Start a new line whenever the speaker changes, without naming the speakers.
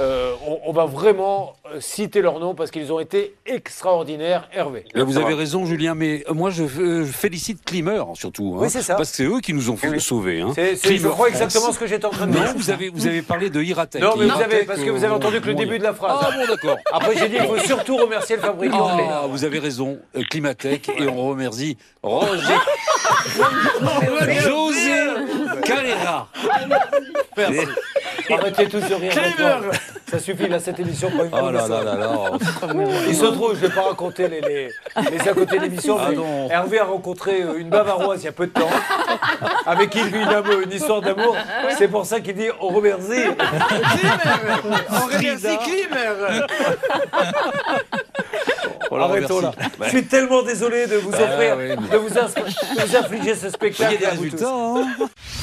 Euh, on va vraiment euh, citer leurs noms parce qu'ils ont été extraordinaires, Hervé.
Là, vous avez raison, Julien, mais moi, je, euh, je félicite Climmer, surtout. hein,
Oui, c'est ça.
Parce que c'est eux qui nous ont fait-
Oui.
sauvés. Hein.
C'est- c'est- je
Climeur
crois
France.
exactement ce que j'étais en train de
Non,
dire.
vous avez, vous avez parlé de Hiratech.
Non, mais vous
Hiratech,
avez, parce que vous avez entendu que le
euh,
début de la
Ah
phrase.
bon, d'accord.
Après, j'ai dit, il faut
Oh.
surtout remercier le fabricant. mais-
Ah, vous avez raison, euh, Climatech, et on remercie Roger, José Calera.
Arrêtez tous de rire. maintenant. Ça suffit, là, cette émission. prend une
Oh là
connaissance.
là là là.
Il se trouve, je ne vais pas raconter les, les, les à côté de l'émission,
Ah
mais
non.
Hervé a rencontré euh, une bavaroise il y a peu de temps, avec qui il vit une, amo- une histoire d'amour. C'est pour ça qu'il dit on remercie.
On remercie Klimer
On la
Arrêtons là.
remercie.
Je suis tellement désolé de vous offrir,
ouais, Ah, mais-
de, vous ins- de vous infliger ce
Il y a
spectacle.
des
à vous tous.
résultats. hein.